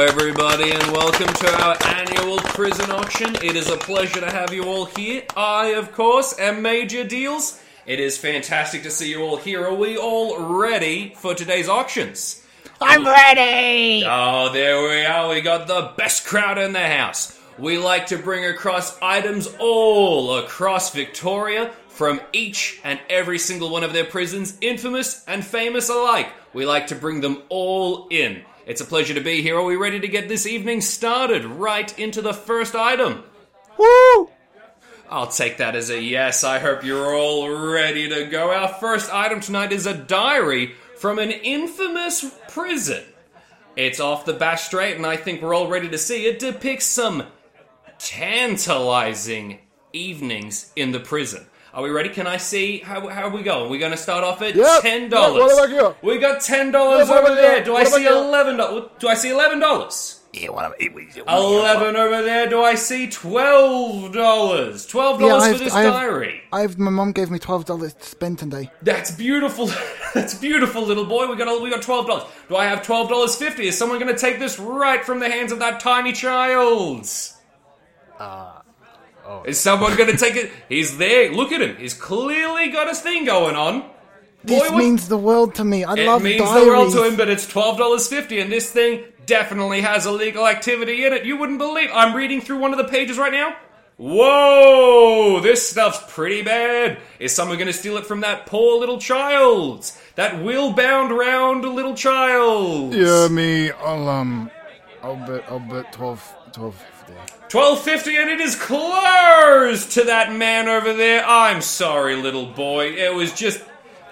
everybody, and welcome to our annual prison auction. It is a pleasure to have you all here. I, of course, am Major Deals. It is fantastic to see you all here. Are we all ready for today's auctions? I'm ready. Oh, there we are. We got the best crowd in the house. We like to bring across items all across Victoria from each and every single one of their prisons, infamous and famous alike. We like to bring them all in. It's a pleasure to be here. Are we ready to get this evening started? Right into the first item. Woo! I'll take that as a yes. I hope you're all ready to go. Our first item tonight is a diary from an infamous prison. It's off the back straight, and I think we're all ready to see. It depicts some tantalizing evenings in the prison. Are we ready? Can I see how, how are we going? We're going to start off at Yep. ten Yep, dollars. what about you? We got ten dollars Yep, what over about there. you? Do I What about see you? eleven dollars? Do I see eleven dollars? Yeah, what am I? What, Eleven over there. Do I see twelve dollars? Twelve Yeah, dollars I for have- this I have- diary. I've my mum gave me twelve dollars to spend today. That's beautiful. That's beautiful, little boy. We got we got twelve dollars. Do I have twelve dollars fifty? Is someone going to take this right from the hands of that tiny child? Uh, Is someone going to take it? He's there. Look at him. He's clearly got his thing going on. Boy, This what- means the world to me. I it love means diaries. the world to him, but it's twelve dollars fifty, and this thing definitely has illegal activity in it. You wouldn't believe. I'm reading through one of the pages right now. Whoa, this stuff's pretty bad. Is someone going to steal it from that poor little child? That wheel-bound round little child. Yeah, me. I'll um, I'll bet. I'll bet twelve. Twelve. Twelve fifty, and it is closed to that man over there. I'm sorry, little boy. It was just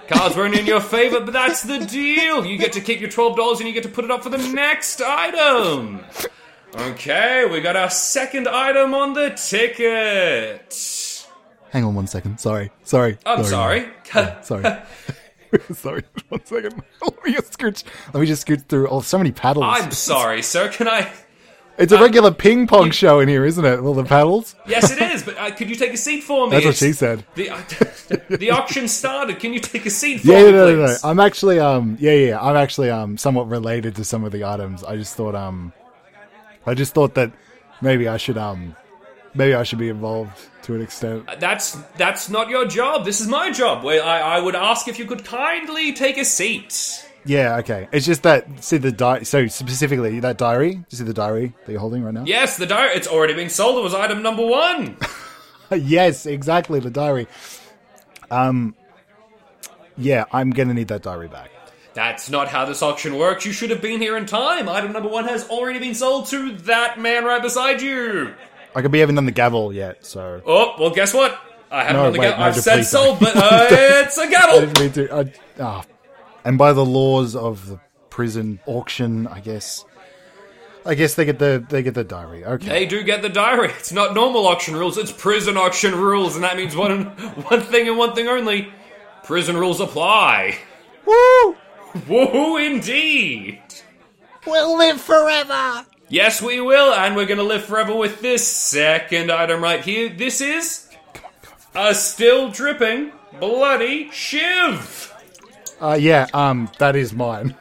cards weren't in your favor, but that's the deal. You get to keep your twelve dollars, and you get to put it up for the next item. Okay, we got our second item on the ticket. Hang on one second. Sorry. Sorry. I'm sorry. Sorry. sorry. One second. Let me just scooch. Let me just scoot through. Oh, so many paddles. I'm sorry, sir. Can I? it's a regular ping pong show in here, isn't it? All the paddles. Yes, it is. But uh, could you take a seat for me? That's what It's- she said. The, uh, the auction started. Can you take a seat for Yeah, me, yeah, no, no, no. please? I'm actually, um, yeah, yeah. I'm actually, um, somewhat related to some of the items. I just thought, um, I just thought that maybe I should, um, maybe I should be involved to an extent. That's that's not your job. This is my job. Where I, I would ask if you could kindly take a seat. Yeah, okay. It's just that see the di- so specifically that diary. You see the diary that you're holding right now. Yes, the diary. It's already been sold. It was item number one. yes, exactly the diary. Um, yeah, I'm gonna need that diary back. That's not how this auction works. You should have been here in time. Item number one has already been sold to that man right beside you. I could be haven't done the gavel yet, so Oh well, guess what? I haven't No, on the wait, gavel. no, I've just said please don't. sold, but uh, it's a I gavel. didn't mean to. I, ah. And by the laws of the prison auction, I guess, I guess they get the they get the diary. Okay, They do get the diary. It's not normal auction rules, it's prison auction rules, and that means one one thing and one thing only. Prison rules apply. Woo! Woo indeed! We'll live forever. Yes, we will, and we're gonna live forever with this second item right here. This is a still dripping bloody shiv. uh, yeah, um, that is mine.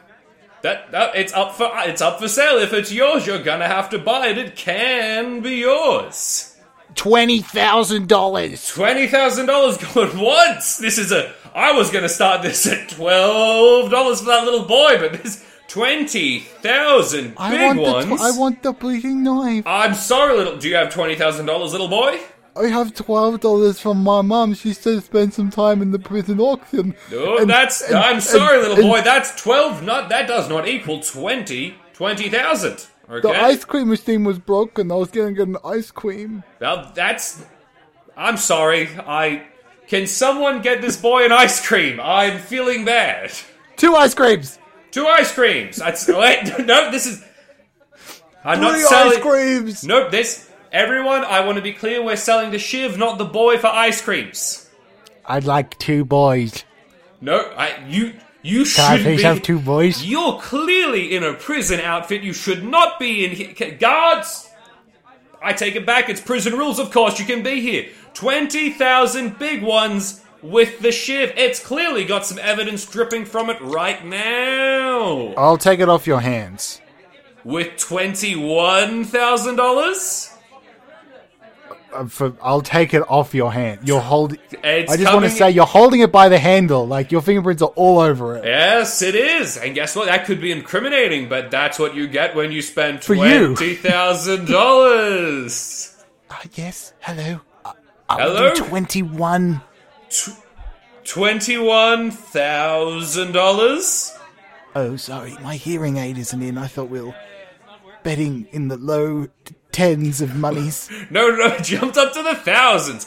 That, that it's up for it's up for sale. If it's yours, you're gonna have to buy it. It can be yours. Twenty thousand dollars. Twenty thousand dollars going once. This is a. I was going to start this at twelve dollars for that little boy, but this twenty thousand I big want the ones. tw- I want the bleeding knife. I'm sorry, little. Do you have twenty thousand dollars, little boy? I have twelve dollars from my mum. She said spend some time in the prison auction. No, And- that's. and- I'm and- sorry, little and boy. That's twelve. Not that does not equal twenty. Twenty thousand. Okay. The ice cream machine was broken. I was gonna get an ice cream. Well, that's. I'm sorry. I. Can someone get this boy an ice cream? I'm feeling bad. Two ice creams. Two ice creams. That's wait, no. This is. I'm not Three selling. ice creams. Nope. This everyone. I want to be clear. We're selling the shiv, not the boy, for ice creams. I'd like two boys. No, I you you should Can I please be. have two boys? You're clearly in a prison outfit. You should not be in here. Ca- Guards. I take it back. It's prison rules. Of course, you can be here. Twenty thousand big ones with the shiv. It's clearly got some evidence dripping from it right now. I'll take it off your hands. with $21,000? Uh, For, I'll take it off your hand. You're holding. It's I just want to coming- say you're holding it by the handle. Like your fingerprints are all over it. Yes, it is. And guess what? That could be incriminating, but that's what you get when you spend For you. $20,000. Uh, yes, hello. Uh, Hello? Twenty-one. $21,000? Oh, sorry, my hearing aid isn't in. I thought we were betting in the low t- tens of monies. No, no, it jumped up to the thousands.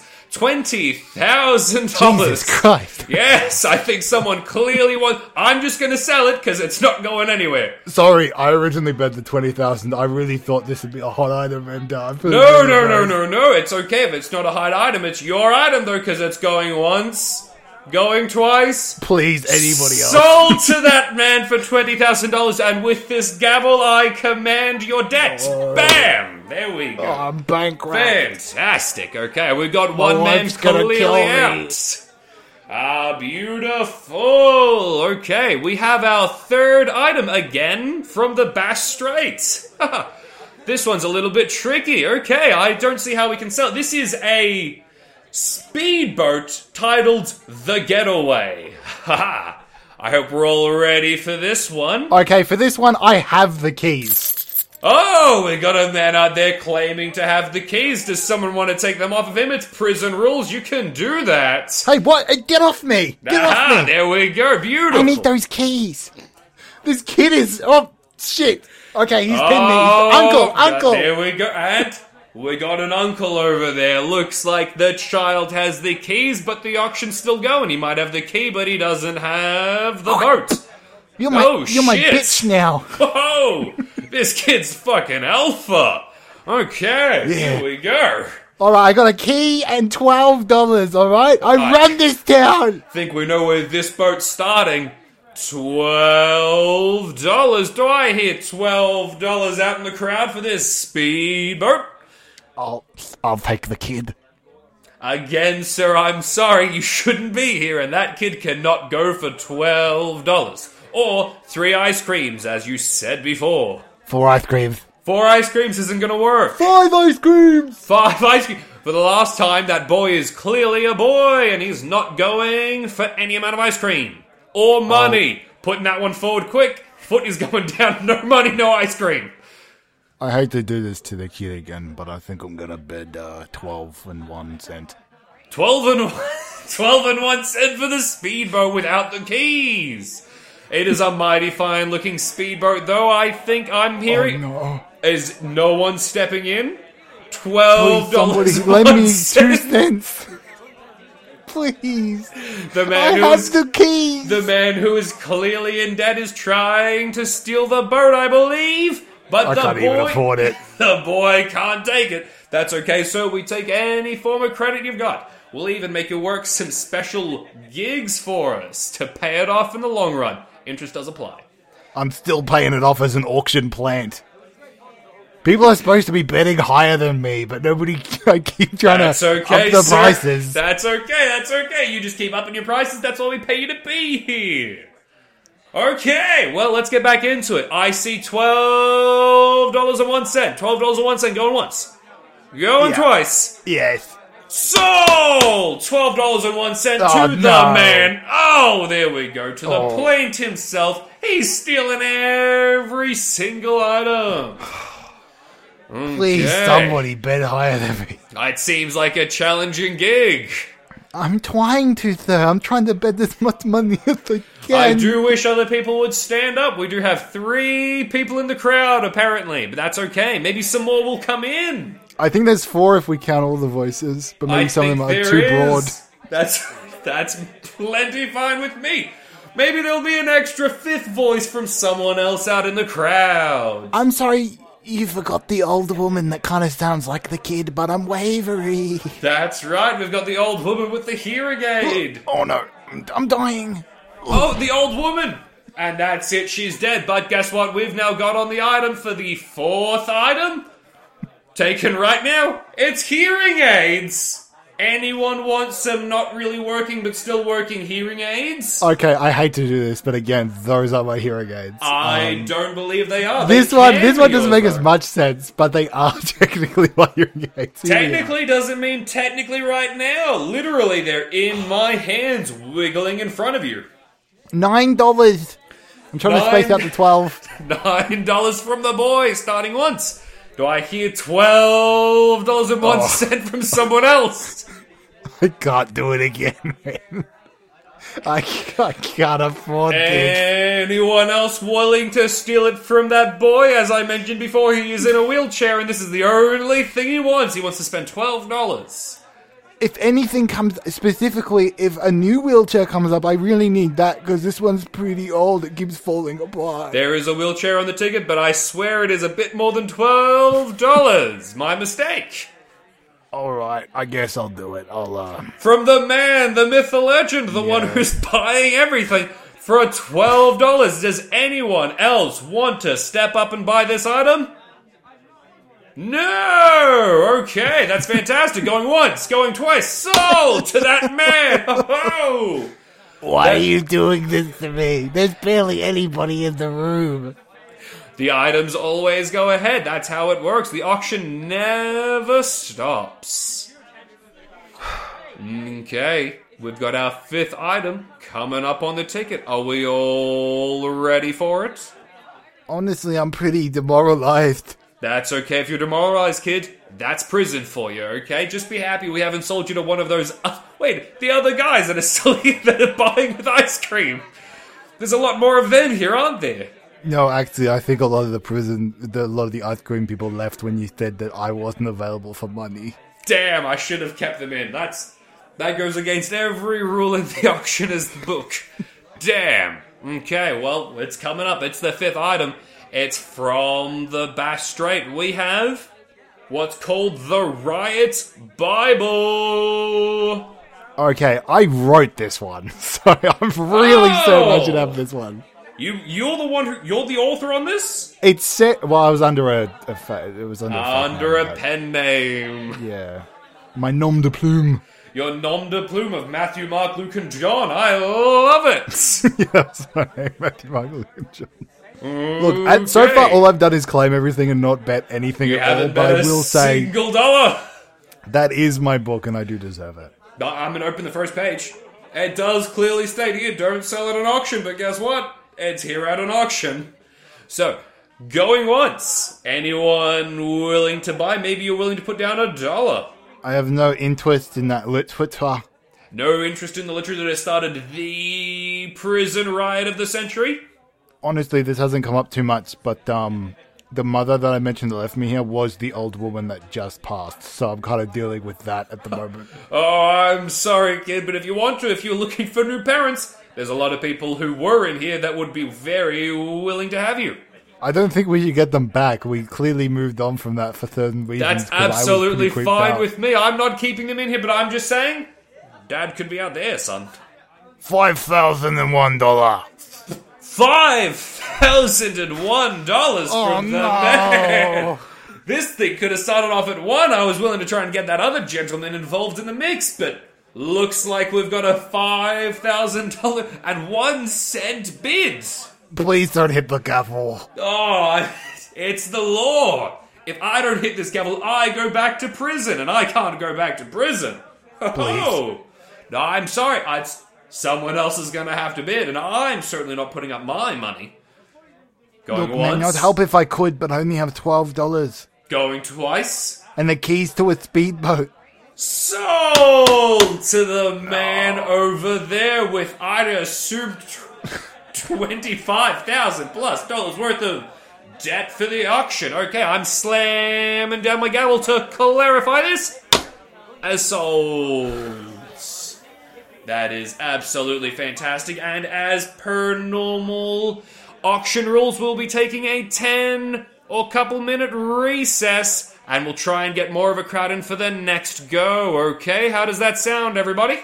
Jesus $20,000. Christ. Yes, I think someone clearly wants. I'm just going to sell it because it's not going anywhere. Sorry, I originally bet the twenty thousand. I really thought this would be a hot item, and uh, I'm feeling No, really no, no, embarrassed. no, no. It's okay if it's not a hot item. It's your item though, because it's going once, going twice. Please, anybody else. Sold to that man for twenty thousand dollars, and with this gavel, I command your debt. Oh. Bam! There we go. Oh, I'm bankrupt. Fantastic. Okay, we've got one man wife's Oh, gonna clearly kill me. out. Ah, beautiful. Okay, we have our third item again from the Bass Straits. this one's a little bit tricky. Okay, I don't see how we can sell. it. This is a speedboat titled The Getaway. Haha. I hope we're all ready for this one. Okay, for this one, I have the keys. Oh, we got a man out there claiming to have the keys. Does someone want to take them off of him? It's prison rules. You can do that. Hey, what? Hey, Get off me! Get Ah, off me! there we go. Beautiful. I need those keys. This kid is. Oh, shit. Okay, he's pinned Oh, me. Uncle, God, uncle. There we go. And we got an uncle over there. Looks like the child has the keys, but the auction's still going. He might have the key, but he doesn't have Oh. the boat. You're my, Oh, you're my shit. bitch now. Whoa! this kid's fucking alpha. Okay, here we go. All right, I got a key and twelve dollars. All right, I run this town. think we know where this boat's starting. Twelve dollars. Do I hear twelve dollars out in the crowd for this speedboat? I'll, I'll take the kid. Again, sir, I'm sorry, you shouldn't be here, and that kid cannot go for twelve dollars. Or three ice creams, as you said before. Four ice creams. Four ice creams isn't gonna work. Five ice creams. Five ice creams. For the last time, that boy is clearly a boy, and he's not going for any amount of ice cream or money. Oh. Putting that one forward quick. Foot is going down. No money, no ice cream. I hate to do this to the kid again, but I think I'm gonna bid uh, twelve and one cent. Twelve and one, twelve and one cent for the speedboat without the keys. It is a mighty fine looking speedboat, though. I think I'm hearing Oh, No, is no one stepping in. Twelve somebody dollars. lend me two cents. Please, The I man who have is the keys. The man who is clearly in debt is trying to steal the boat, I believe. But the boy, it. the boy can't take it. That's okay, sir. We take any form of credit you've got. We'll even make you work some special gigs for us to pay it off in the long run. Interest does apply. I'm still paying it off as an auction plant. People are supposed to be betting higher than me, but nobody. I keep trying That's to okay, up the sir. prices. That's okay. That's okay. You just keep upping your prices. That's why we pay you to be here. Okay. Well, let's get back into it. I see twelve dollars and one cent. Twelve dollars and one cent. Going once. Going Yeah. twice. yes. Sold. Twelve dollars and one cent Oh, to the no. man. Oh, there we go. To the Oh. plaint himself. He's stealing every single item. Please, Okay. somebody bet higher than me. It seems like a challenging gig. I'm trying to, sir. I'm trying to bet as much money as I can. I do wish other people would stand up. We do have three people in the crowd, apparently, but that's okay. Maybe some more will come in. I think there's four if we count all the voices, but maybe I some of think them there are too broad. is. That's that's plenty fine with me. Maybe there'll be an extra fifth voice from someone else out in the crowd. I'm sorry you forgot the old woman that kind of sounds like the kid, but I'm wavery. That's right. We've got the old woman with the hearing aid. Oh no, I'm, I'm dying. Oh, the old woman. And that's it. She's dead. But guess what? We've now got on the item for the fourth item. Taken right now. It's hearing aids. Anyone wants some not really working but still working hearing aids? Okay, I hate to do this, but again, those are my hearing aids. I Um, don't believe they are. They this one, can this one be doesn't make as over. much sense, but they are technically my hearing aids. Here we are. Technically doesn't mean technically right now. Literally, they're in my hands, wiggling in front of you. nine dollars. I'm trying to space Nine. out the twelve. Nine dollars from the boy, starting once. Do I hear twelve dollars and one cent from someone else? I can't do it again, man. I can't, I can't afford this. Anyone else willing to steal it from that boy? As I mentioned before, he is in a wheelchair, and this is the only thing he wants. He wants to spend twelve dollars. If anything comes specifically, if a new wheelchair comes up, I really need that because this one's pretty old. It keeps falling apart. There is a wheelchair on the ticket, but I swear it is a bit more than twelve dollars. My mistake. All right, I guess I'll do it. I'll. Uh... From the man, the myth, the legend, the one Yeah. who's buying everything for twelve dollars. Does anyone else want to step up and buy this item? No. Okay, that's fantastic. going once, going twice. Sold to that man. Oh. Why are you doing this to me? There's barely anybody in the room. The items always go ahead. That's how it works. The auction never stops. Okay, we've got our fifth item coming up on the ticket. Are we all ready for it? Honestly, I'm pretty demoralized. That's okay if you're demoralized, kid. That's prison for you, okay? Just be happy we haven't sold you to one of those. Uh, wait, the other guys that are selling that are buying with ice cream. There's a lot more of them here, aren't there? No, actually, I think a lot of the prison, the, a lot of the ice cream people left when you said that I wasn't available for money. damn, I should have kept them in. That's that goes against every rule in the auctioneer's book. damn. Okay, well, it's coming up. It's the fifth item. It's from the Bass Strait. We have what's called the Riot Bible. Okay, I wrote this one, so I'm really Oh! certain I should have this one. You you're the one who you're the author on this? It's set. Well, I was under a. a fa- it was under. fake Under name, a pen name. but- Yeah. My nom de plume. Your nom de plume of Matthew, Mark, Luke, and John. I love it. yeah, sorry, Matthew Michael and John. Look, and so far Okay. all I've done is claim everything and not bet anything You at all. haven't But I bet a will say single dollar. that is my book, and I do deserve it. No, I'm gonna open the first page. It does clearly state here, don't sell at an auction, but guess what? It's here at an auction. So, going once. Anyone willing to buy? Maybe you're willing to put down a dollar. I have no interest in that literature. No interest in the literature that has started the prison riot of the century? honestly, this hasn't come up too much, but um, the mother that I mentioned that left me here was the old woman that just passed, so I'm kind of dealing with that at the moment. Oh, I'm sorry, kid, but if you want to, if you're looking for new parents, there's a lot of people who were in here that would be very willing to have you. I don't think we should get them back. We clearly moved on from that for certain reasons. That's 'cause I was absolutely pretty creeped fine out. with me. I'm not keeping them in here, but I'm just saying, Dad could be out there, son. five thousand and one dollar. Five thousand and one dollars Oh from the man. no! This thing could have started off at one. I was willing to try and get that other gentleman involved in the mix, but looks like we've got a five thousand dollar and one cent bid. Please don't hit the gavel. Oh, it's the law. If I don't hit this gavel, I go back to prison, and I can't go back to prison. Oh, no, I'm sorry. i someone else is going to have to bid, and I'm certainly not putting up my money. Going Look, once, man, I'd help if I could, but I only have twelve dollars going twice. and the keys to a speedboat. Sold to the man over there with I assume twenty-five thousand plus dollars worth of debt for the auction. Okay, I'm slamming down my gavel to clarify this. As sold. That is absolutely fantastic. And as per normal auction rules, we'll be taking a 10 or couple minute recess and we'll try and get more of a crowd in for the next go. Okay, how does that sound, everybody?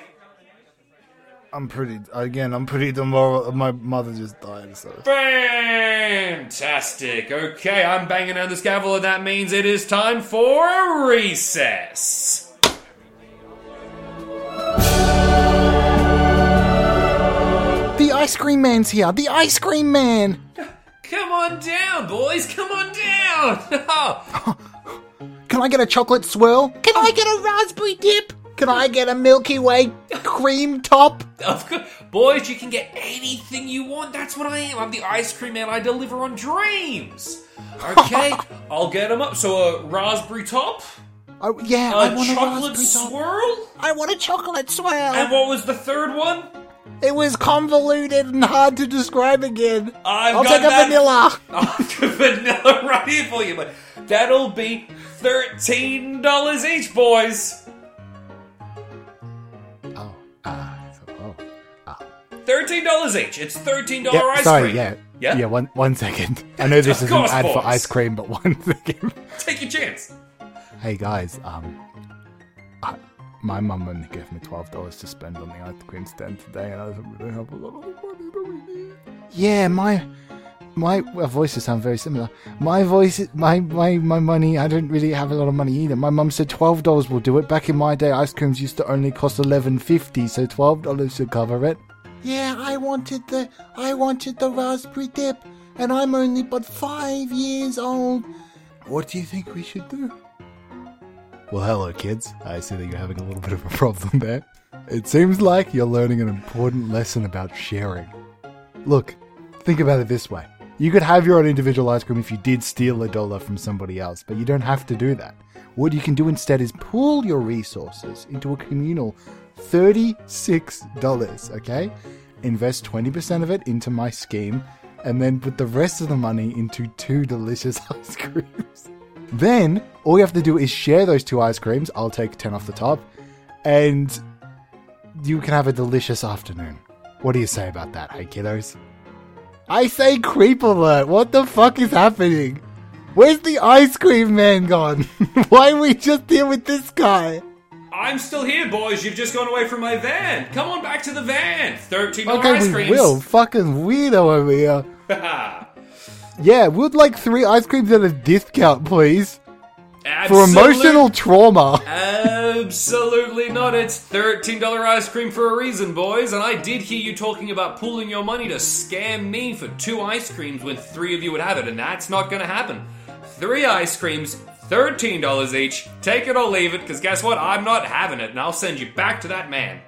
I'm pretty again. I'm pretty demoral. My mother just died, so. Fantastic. Okay, I'm banging on this gavel, and that means it is time for a recess. ice cream man's here. The ice cream man. Come on down, boys. Come on down. Oh, Can I get a chocolate swirl? Can I get a raspberry dip? Can I get a Milky Way cream top? of course, boys, you can get anything you want. That's what I am. I'm the ice cream man. I deliver on dreams. Okay, I'll get them up. So a raspberry top, Oh yeah, a I want a chocolate raspberry top. swirl, I want a chocolate swirl. and what was the third one? it was convoluted and hard to describe again. I've will got take a that- vanilla. I'll do vanilla right here for you, but that'll be thirteen dollars each, boys. Oh, ah, so- oh. Thirteen dollars each. It's thirteen dollar Yeah, ice sorry, cream. yeah. yeah. Yeah, one, one second. I know this Of is an course, ad boys. for ice cream, but one second. Take your chance. Hey guys, um, I, my mum only gave me twelve dollars to spend on the ice cream stand today, and I don't really have a lot of money that we need. Yeah, my my well, voices sound very similar. My voice, my my my money. I don't really have a lot of money either. My mum said twelve dollars will do it. Back in my day, ice creams used to only cost eleven fifty, so twelve dollars should cover it. Yeah, I wanted the I wanted the raspberry dip, and I'm only but five years old. What do you think we should do? Well, hello, kids. I see that you're having a little bit of a problem there. It seems like you're learning an important lesson about sharing. Look, think about it this way you could have your own individual ice cream if you did steal a dollar from somebody else, but you don't have to do that. What you can do instead is pool your resources into a communal $36, okay? Invest 20% of it into my scheme, and then put the rest of the money into two delicious ice creams. Then all you have to do is share those two ice creams. I'll take 10 off the top, and you can have a delicious afternoon. What do you say about that, hey kiddos? I say creep alert. What the fuck is happening? Where's the ice cream man gone? Why are we just here with this guy? I'm still here, boys. You've just gone away from my van. Come on back to the van. Thirteen dollar Okay, ice we creams. will. Fucking weirdo over here. Yeah, would like three ice creams at a discount, please. For emotional trauma. Absolutely not. It's thirteen dollar ice cream for a reason, boys. And I did hear you talking about pooling your money to scam me for two ice creams when three of you would have it, and that's not going to happen. Three ice creams, thirteen dollars each. Take it or leave it, because guess what? I'm not having it, and I'll send you back to that man.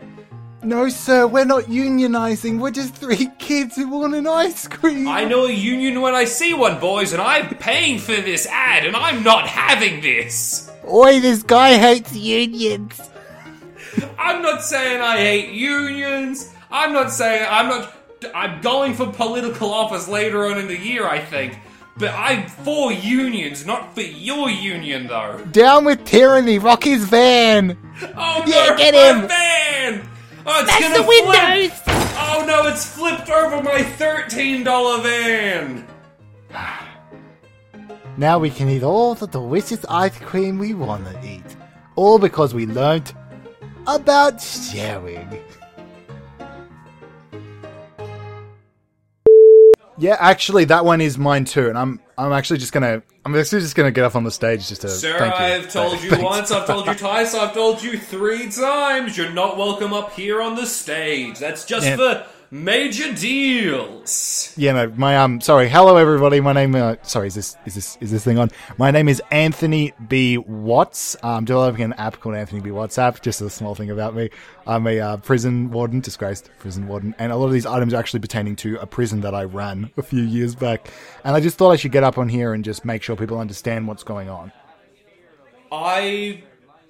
No, sir, we're not unionizing. We're just three kids who want an ice cream. I know a union when I see one, boys, and I'm paying for this ad, and I'm not having this. Oi, this guy hates unions. I'm not saying I hate unions. I'm not saying I'm not. I'm going for political office later on in the year, I think. But I'm for unions, not for your union, though. Down with tyranny. Rock his van. Oh Yeah, no, get my him. van! Oh, it's That's gonna the windows. Flip. Oh no, it's flipped over my thirteen dollar van. Now we can eat all the delicious ice cream we want to eat. All because we learnt about sharing. Yeah, actually, that one is mine too, and I'm I'm actually just gonna I'm actually just gonna get up on the stage just to. Sir, Uh, thank you. I've told you Thanks. once, I've told you twice, I've told you three times. You're not welcome up here on the stage. That's just Yeah. for major deals. Yeah, no, my um, sorry. Hello, everybody. My name, uh, sorry, is this is this is this thing on? My name is Anthony B. Watts. I'm developing an app called Anthony B. WhatsApp. Just a small thing about me. I'm a uh, prison warden, disgraced prison warden, and a lot of these items are actually pertaining to a prison that I ran a few years back. And I just thought I should get up on here and just make sure people understand what's going on. I,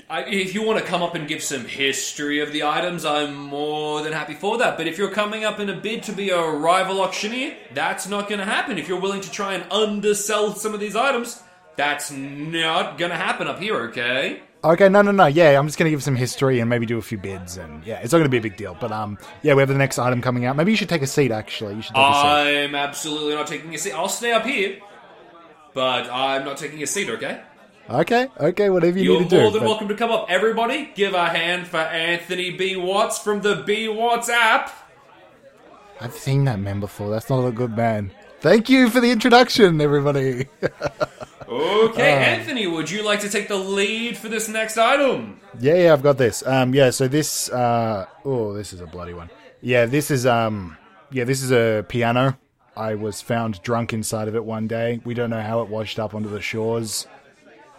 I, if you want to come up and give some history of the items, I'm more than happy for that. But if you're coming up in a bid to be a rival auctioneer, that's not going to happen. If you're willing to try and undersell some of these items, that's not going to happen up here, okay? Okay, no, no, no. Yeah, I'm just gonna give some history and maybe do a few bids, and yeah, it's not gonna be a big deal. But um, yeah, we have the next item coming out. Maybe you should take a seat. Actually, you should take a seat. I'm absolutely not taking a seat. I'll stay up here, but I'm not taking a seat, okay? Okay, okay, whatever you You're need to do. more than but- welcome to come up. Everybody, give a hand for Anthony B. Watts from the B. Watts app. I've seen that man before. That's not a good man. Thank you for the introduction, everybody. Okay, Anthony, would you like to take the lead for this next item? yeah, yeah, I've got this. Um, yeah, so this, uh, oh, this is a bloody one. Yeah, this is, um, Yeah, this is a piano. I was found drunk inside of it one day. We don't know how it washed up onto the shores,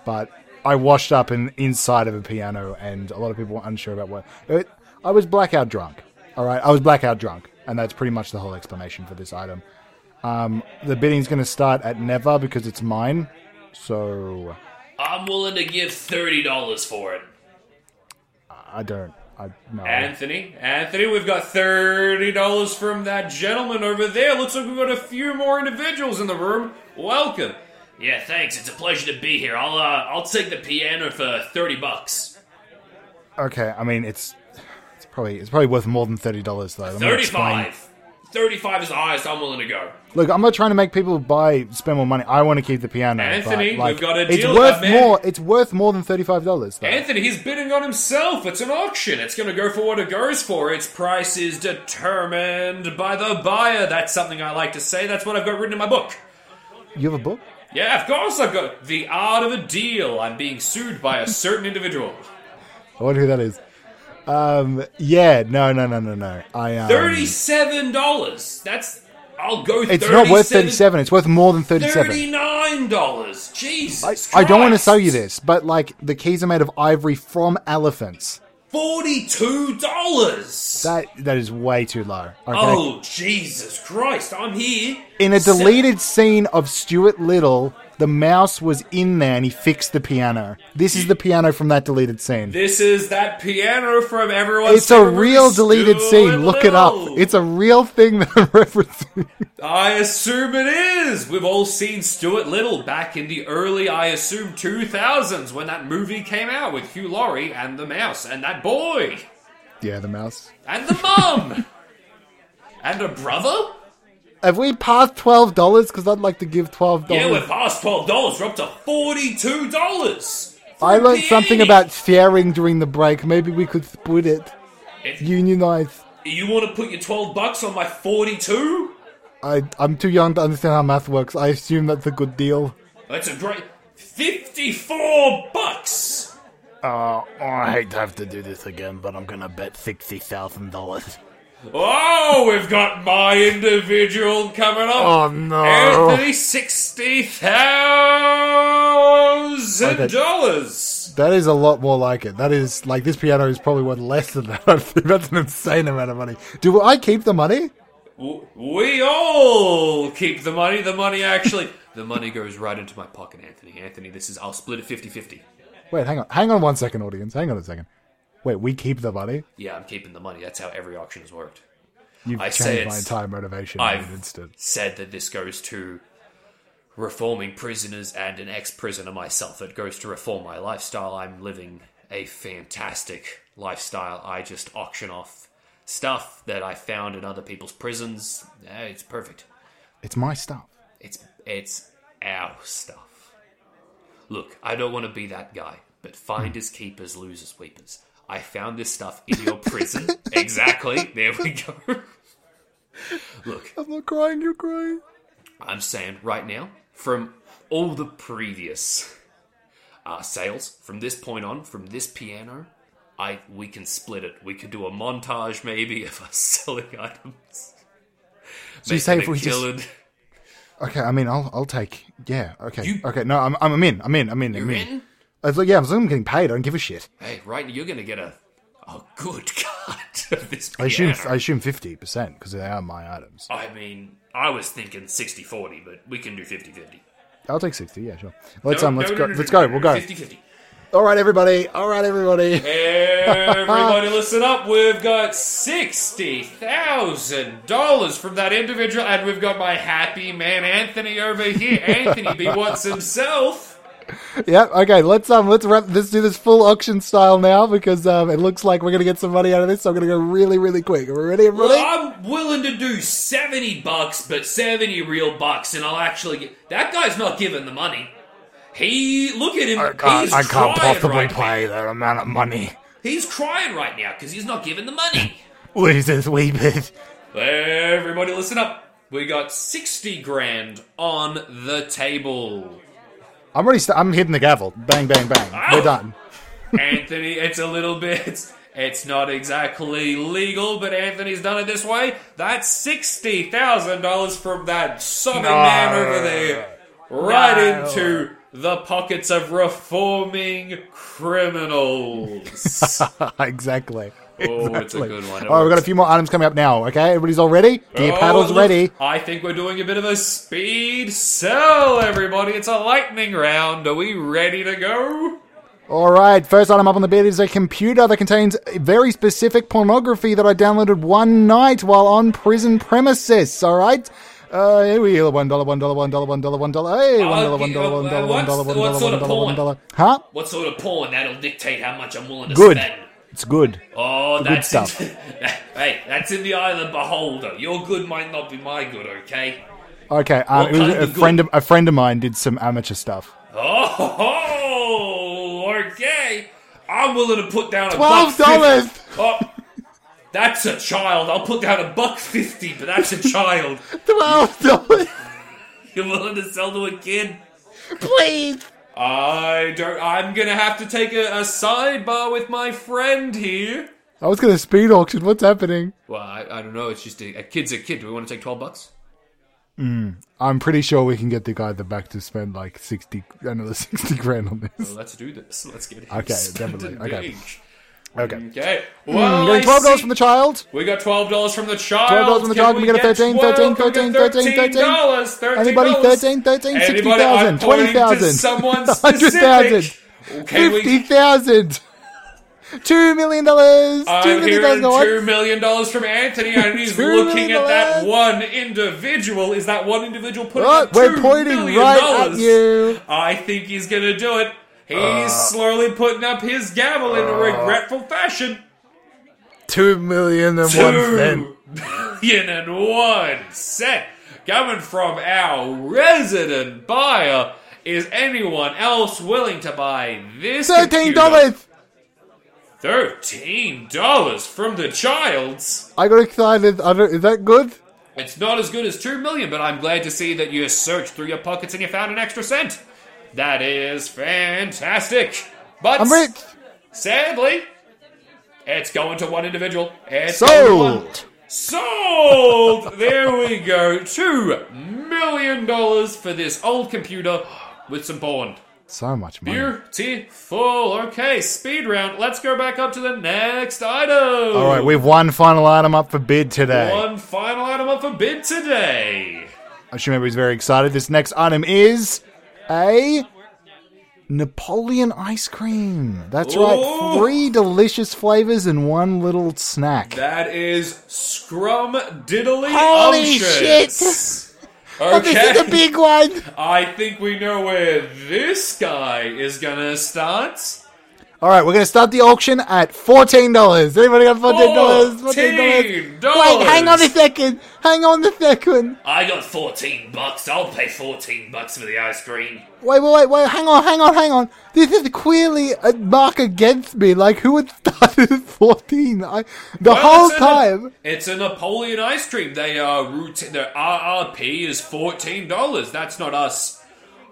but I washed up in, inside of a piano, and a lot of people were unsure about what. It, I was blackout drunk. All right, I was blackout drunk, and that's pretty much the whole explanation for this item. Um, the bidding's going to start at never because it's mine. So I'm willing to give thirty dollars for it. uh, I don't. I no. Anthony, Anthony, we've got thirty dollars from that gentleman over there. Looks like we've got a few more individuals in the room. Welcome. Yeah, thanks. It's a pleasure to be here. I'll uh, I'll take the piano for thirty bucks. okay, I mean it's it's probably it's probably worth more than thirty dollars though. I'm gonna explain- Thirty-five. Thirty-five is the highest I'm willing to go. Look, I'm not trying to make people buy spend more money. I want to keep the piano. Anthony, but, like, we've got a It's deal, worth my man. more. It's worth more than thirty five dollars. Anthony, he's bidding on himself. It's an auction. It's going to go for what it goes for. Its price is determined by the buyer. That's something I like to say. That's what I've got written in my book. You have a book? Yeah, of course I've got The Art of a Deal. I'm being sued by a certain individual. Um, I wonder who that is. Um, yeah, no, no, no, no, no. I um, Thirty-seven dollars. That's. I'll go. It's not worth thirty seven. It's worth more than thirty seven. Thirty-nine dollars. Jesus. I, I don't want to Christ. sell you this, but like the keys are made of ivory from elephants. Forty-two dollars. That that is way too low. Okay? Oh Jesus Christ! I'm here. In a Se- deleted scene of Stuart Little, the mouse was in there and he fixed the piano. This is the piano from that deleted scene. This is that piano from everyone's. It's a favorite real Stu deleted scene. and Look it up. Lil. It's a real thing that I'm referencing. I assume it is. We've all seen Stuart Little back in the early, I assume, 2000s when that movie came out with Hugh Laurie and the mouse and that boy Yeah, the mouse. and the mum and a brother. Have we passed twelve dollars? Because I'd like to give twelve Yeah, we're dollars. past twelve dollars. We're up to forty-two dollars. I learned something about sharing during the break. Maybe we could split it. If- Unionize. You want to put your twelve bucks on my forty-two? I I'm too young to understand how math works. I assume that's a good deal. That's a great fifty-four bucks. Uh, I hate to have to do this again, but I'm gonna bet sixty thousand dollars. Oh, we've got my individual coming up. Oh no! Anthony, sixty thousand dollars. That is a lot more like it. That is like this piano is probably worth less than that. I think that's an insane amount of money. Do I keep the money? We all keep the money. The money actually, the money goes right into my pocket, Anthony. Anthony, this is I'll split it 50-50. Wait, hang on, hang on one second, audience. Hang on a second. Wait, we keep the money. Yeah, I'm keeping the money. That's how every auction has worked. You've I say changed my it's- entire motivation in I've an instant. said that this goes to reforming prisoners and an ex prisoner myself. It goes to reform my lifestyle. I'm living a fantastic lifestyle. I just auction off stuff that I found in other people's prisons. Eh, It's perfect. It's my stuff. It's it's our stuff. Look, I don't want to be that guy, but finders Hmm. keepers, losers weepers. I found this stuff in your prison. exactly. There we go. Look, I'm not crying. You're crying. I'm saying right now, from all the previous uh, sales, from this point on, from this piano, I we can split it. We could do a montage maybe of us selling items. So you say if we just- Okay, I mean, I'll I'll take. Yeah. Okay. You- Okay. No, I'm I'm in. I'm in. I'm in. I'm You're in? I was like, yeah, as long as I'm getting paid, I don't give a shit. Hey, right, you're gonna get a a good cut of this I assume piano. I assume fifty percent because they are my items. I mean, I was thinking 60-40, but we can do 50-50. I'll take sixty. Yeah, sure. Let's No, um, let's no, go. no, no, let's no, go. no, We'll go. 50-50. All right, everybody. All right, everybody. Everybody, listen up. We've got $60,000 from that individual, and we've got my happy man Anthony over here. Anthony B. Watts himself. Yep. Okay. Let's um. Let's wrap. Let's do this full auction style now because um. It looks like we're gonna get some money out of this. So I'm gonna go really, really quick. Are we ready, everybody? Well, I'm willing to do 70 bucks, but 70 real bucks, and I'll actually get. That guy's not giving the money. He. Look at him. I can't, he's I can't crying possibly right now. pay that amount of money. He's crying right now because he's not giving the money. Losers, weepers. Everybody, listen up. We got 60 grand on the table. I'm already. St- I'm hitting the gavel. Bang, bang, bang. Ow! We're done. Anthony, it's a little bit. It's not exactly legal, but Anthony's done it this way. That's sixty thousand dollars from that sobbing man over there, right into the pockets of reforming criminals. exactly. Oh, it's a good one. It All right, we've got a works. few more items coming up now, okay? Everybody's all ready? Get your Oh, paddles look, ready. I think we're doing a bit of a speed sell, everybody. It's a lightning round. Are we ready to go? All right, first item up on the bid is a computer that contains very specific pornography that I downloaded one night while on prison premises. All right, uh, here we go. One dollar, one dollar, one dollar, one dollar, one dollar. Hey, one dollar, one dollar, one dollar, one dollar, one What dollar, sort one of dollar, one porn? dollar. Huh? What sort of porn that'll dictate how much I'm willing to Good. spend? It's good. Oh, that's stuff. hey, that's in the eye of the beholder. Your good might not be my good, okay? Okay, um, What kind it was a of good? friend of a friend of mine did some amateur stuff. Oh, ho, ho, Oh, okay. I'm willing to put down a Twelve buck dollars. fifty. Oh, that's a child. I'll put down a buck fifty, but that's a child. Twelve dollars. You're willing to sell to a kid? Please. I don't. I'm gonna have to take a, a sidebar with my friend here. I was gonna speed auction. What's happening? Well, I, I don't know. It's just a, a kid's a kid. Do we want to take twelve bucks? I'm pretty sure we can get the guy at the back to spend like sixty, another sixty grand on this. Let's do this. Let's get it. Okay, definitely. Okay. Okay. Okay. Well, Mm. Hmm, Getting twelve dollars from the child. We got twelve dollars from the child. $12 from the Can child. Can we get a 13, 13, 13, 13, dollars. Thirteen Anybody? dollars. 13, 13, Anybody? I'm 60,000, pointing to 20,000, Someone 100,000, specific. Can we? 50,000. Two million dollars. Two I'm million hearing dollars. No, two what? million dollars from Anthony, and he's Two looking million at that dollars. one individual. Is that one individual putting Oh, up we're two pointing million right dollars? at you. Uh. I think he's gonna do it. He's slowly putting up his gavel in a regretful fashion. Two million and one cent. Two million and one cent coming from our resident buyer. Is anyone else willing to buy this? Thirteen computer? dollars. Thirteen dollars from the child's. I got excited. I don't, is that good? It's not as good as two million, but I'm glad to see that you searched through your pockets and you found an extra cent. That is fantastic. But I'm rich. sadly, it's going to one individual. It's going to one. Sold. Sold! there we go. Two million dollars for this old computer with some bond. So much money. Beautiful. Okay, speed round. Let's go back up to the next item. All right, we have one final item up for bid today. one final item up for bid today. I'm sure everybody's very excited. This next item is a Napoleon ice cream. That's right, Ooh. three delicious flavors in one little snack. That is Scrum Diddly Holy Umptious. Oh, this is a Okay, big one. I think we know where this guy is gonna start. All right, we're going to start the auction at fourteen dollars. Anybody got fourteen dollars? $14. Wait, hang on a second. Hang on a second. I got 14 bucks. I'll pay 14 bucks for the ice cream. Wait, wait, wait, wait. Hang on, hang on, hang on. This is clearly a mark against me. Like, who would start at fourteen? I, the whole it's a Na- time. it's a Napoleon ice cream. They are routine. Their RRP is fourteen dollars. That's not us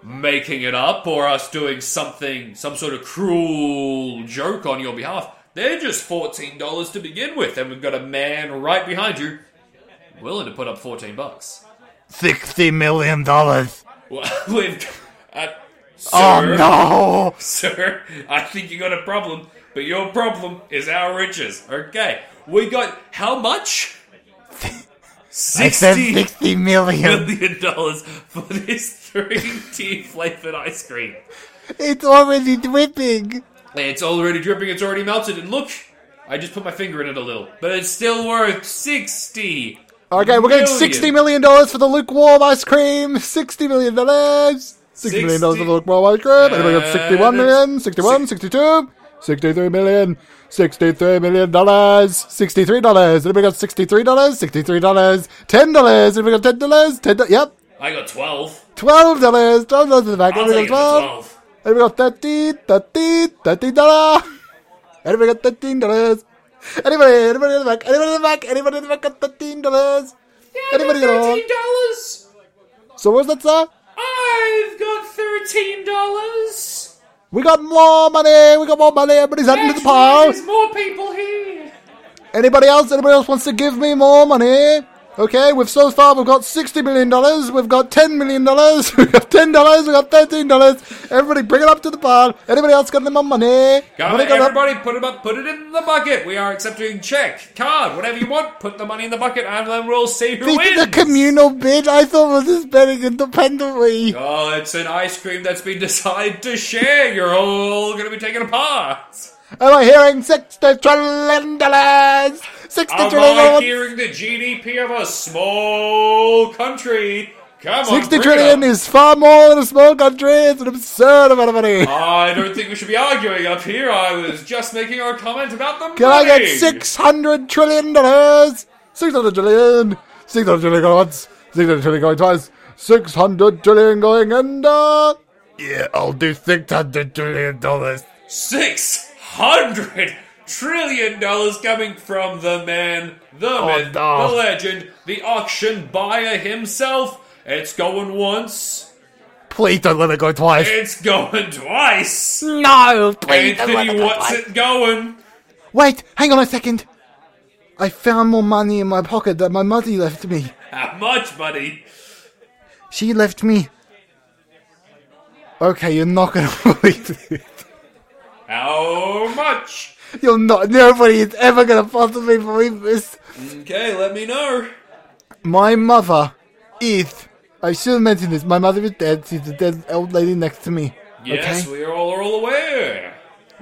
making it up or us doing something, some sort of cruel joke on your behalf. They're just fourteen dollars to begin with, and we've got a man right behind you, willing to put up fourteen bucks. Sixty million dollars. Well, we've, uh, sir, Oh no! Sir, I think you got a problem, but your problem is our riches. Okay, we got how much? I said Sixty sixty million. million dollars for this three tea flavored ice cream. It's already dripping. It's already dripping. It's already melted. And look, I just put my finger in it a little, but it's still worth sixty. Okay, we're getting Million. sixty million dollars for the lukewarm ice cream. Sixty million dollars. Sixty million dollars for the lukewarm ice cream. Anybody Uh, got sixty-one million? Sixty-one, sixty-two, sixty-three million. Sixty-three million dollars. Sixty-three dollars. Anybody got sixty-three dollars? Sixty-three dollars. Ten dollars. Anybody got ten dollars? Ten. do- Yep. I got twelve. Twelve dollars. Twelve dollars in the back. I'll Anybody take got it for twelve. And we got 30, 30, 30 dollar. And we got 13 dollars. Anybody, anybody in the back, anybody in the back, anybody in the back got 13 dollars. Anybody at all? Thirteen dollars. So what's that, sir? I've got thirteen dollars. We got more money, we got more money, everybody's adding to the pile. more people here. Anybody else? Anybody else wants to give me more money? Okay, we've so far we've got sixty million dollars, we've got ten million dollars, we've got ten dollars, we've got thirteen dollars. Everybody bring it up to the bar. Anybody else got any more money? Come on, Anybody got a- everybody, put 'em up, put it in the bucket. We are accepting check, card, whatever you want. Put the money in the bucket, and then we'll see who They did wins. a communal bid. I thought was just betting independently. Oh, it's an ice cream that's been decided to share. You're all going to be taking apart. Am I hearing sixty trillion dollars? Sixty Am trillion I dollars. hearing the GDP of a small country? Come on, 60 bring it trillion up. is far more than a small country. It's an absurd amount of money. I don't think we should be arguing up here. I was just making a comment about the Can I money. get 600 trillion dollars? 600 trillion. 600 trillion going once. 600 trillion going twice. 600 trillion going under. Yeah, I'll do six hundred trillion dollars. Six hundred trillion dollars coming from the man, the Oh, myth, no. the legend, the auction buyer himself. It's going once. Please don't let it go twice. It's going twice. No, please. don't let Anthony it go what's twice. it going. Wait, hang on a second. I found more money in my pocket that my mother left me. How much money? She left me. Okay, you're not gonna believe it. How much? You're not. Nobody is ever gonna possibly believe this. Okay, let me know. My mother is. I should have mentioned this. My mother is dead. She's the dead old lady next to me. Yes, Okay? we are all, are all aware.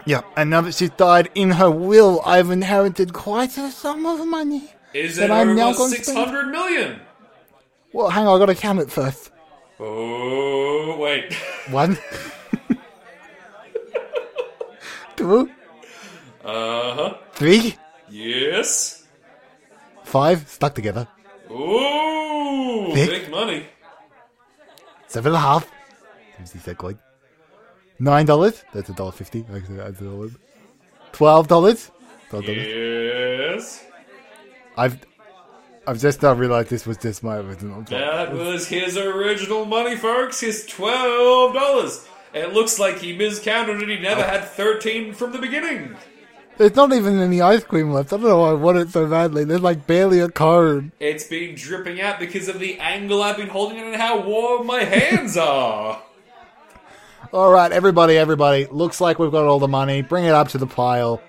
Yeah, and now that she's died, in her will, I've inherited quite a sum of money. Is Then it I'm now over gonna six spend- hundred million? Well, hang on, I gotta count it first. Oh wait. One. Two. Uh huh. Three. Yes. Five. Stuck together. Ooh, Thick? big money. Seven and a half. Times the said coin. Nine dollars. That's a dollar fifty. Actually, that's a dollar. Twelve dollars. Twelve dollars. Yes. I've I've just now realized this was just my original job. That was his original money, folks. His twelve dollars. It looks like he miscounted and he never had thirteen from the beginning. There's not even any ice cream left. I don't know why I want it so badly. There's like barely a cone. It's been dripping out because of the angle I've been holding it and how warm my hands are. All right, everybody, everybody. Looks like we've got all the money. Bring it up to the pile.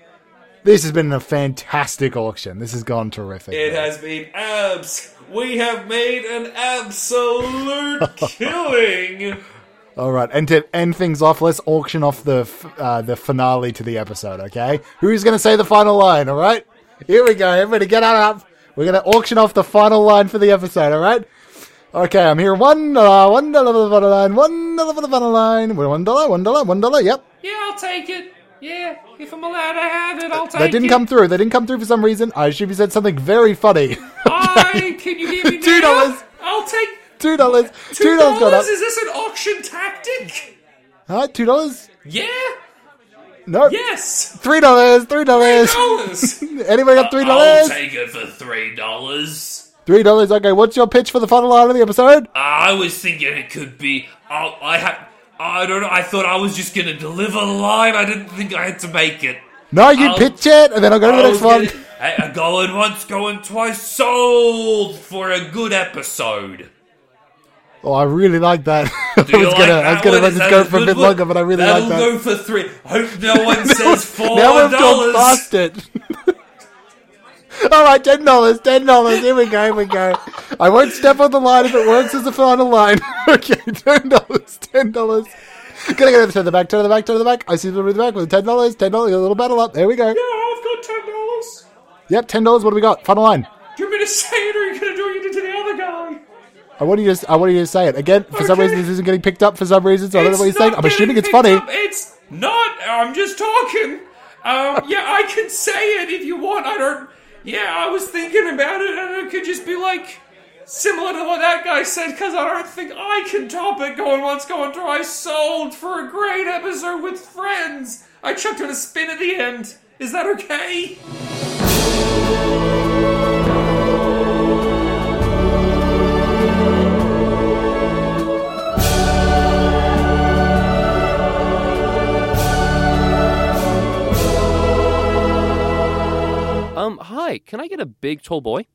This has been a fantastic auction. This has gone terrific. It has been abs. We have made an absolute killing. All right, and to end things off, let's auction off the f- uh, the finale to the episode. Okay, who's going to say the final line? All right, here we go. Everybody, get on up. We're going to auction off the final line for the episode. All right. Okay, I'm here. One dollar, one dollar for the final line, one dollar for the final line. One dollar, one dollar, one dollar. Yep, Yeah, I'll take it. Yeah, if I'm allowed to have it, I'll take that didn't it. come through. They didn't come through for some reason. I assume you said something very funny. I can you hear me now? Two dollars. I'll take two dollars, two two dollars got up. dollars. Is this an auction tactic? Huh? Two dollars? Yeah. No. Yes. Three dollars, three dollars. Dollars. Anybody got three I'll dollars? take it for three dollars. Three dollars. Okay, what's your pitch for the final line of the episode? I was thinking it could be. Oh, I had. I don't know. I thought I was just gonna deliver the line. I didn't think I had to make it. No, you I'll- pitch it, and then I'll go to the I next was one. gonna- Hey, a going once, going twice, sold for a good episode. Oh, I really like that. I was Do you gonna, like I was that gonna one? let Is this that go for a good bit one? longer, but I really That'll like that. go for three. Hope no one says four now we've gone dollars. past it. All right, ten dollars, ten dollars. Here we go, here we go. I won't step on the line if it works as the final line. okay, ten dollars, ten dollars. Gonna go to the turn of the back, turn of the back, turn of the back. I see the back with ten dollars, ten dollars. A little battle up. There we go. I've got ten dollars. Yep, ten dollars. What do we got? Final line. Do you want me to say it, or are you gonna do it to the other guy? I want you to. I want you to say it again. For some Okay. reason, this isn't getting picked up. For some reason, so I don't know It's what you're saying. not I'm getting assuming it's picked funny. up. It's not. I'm just talking. Um, yeah, I can say it if you want. I don't. Yeah, I was thinking about it, and it could just be like similar to what that guy said because I don't think I can top it. Going once, going twice. Sold for a great episode with friends. I chucked in a spin at the end. Is that okay? Um, hi, can I get a big tall boy?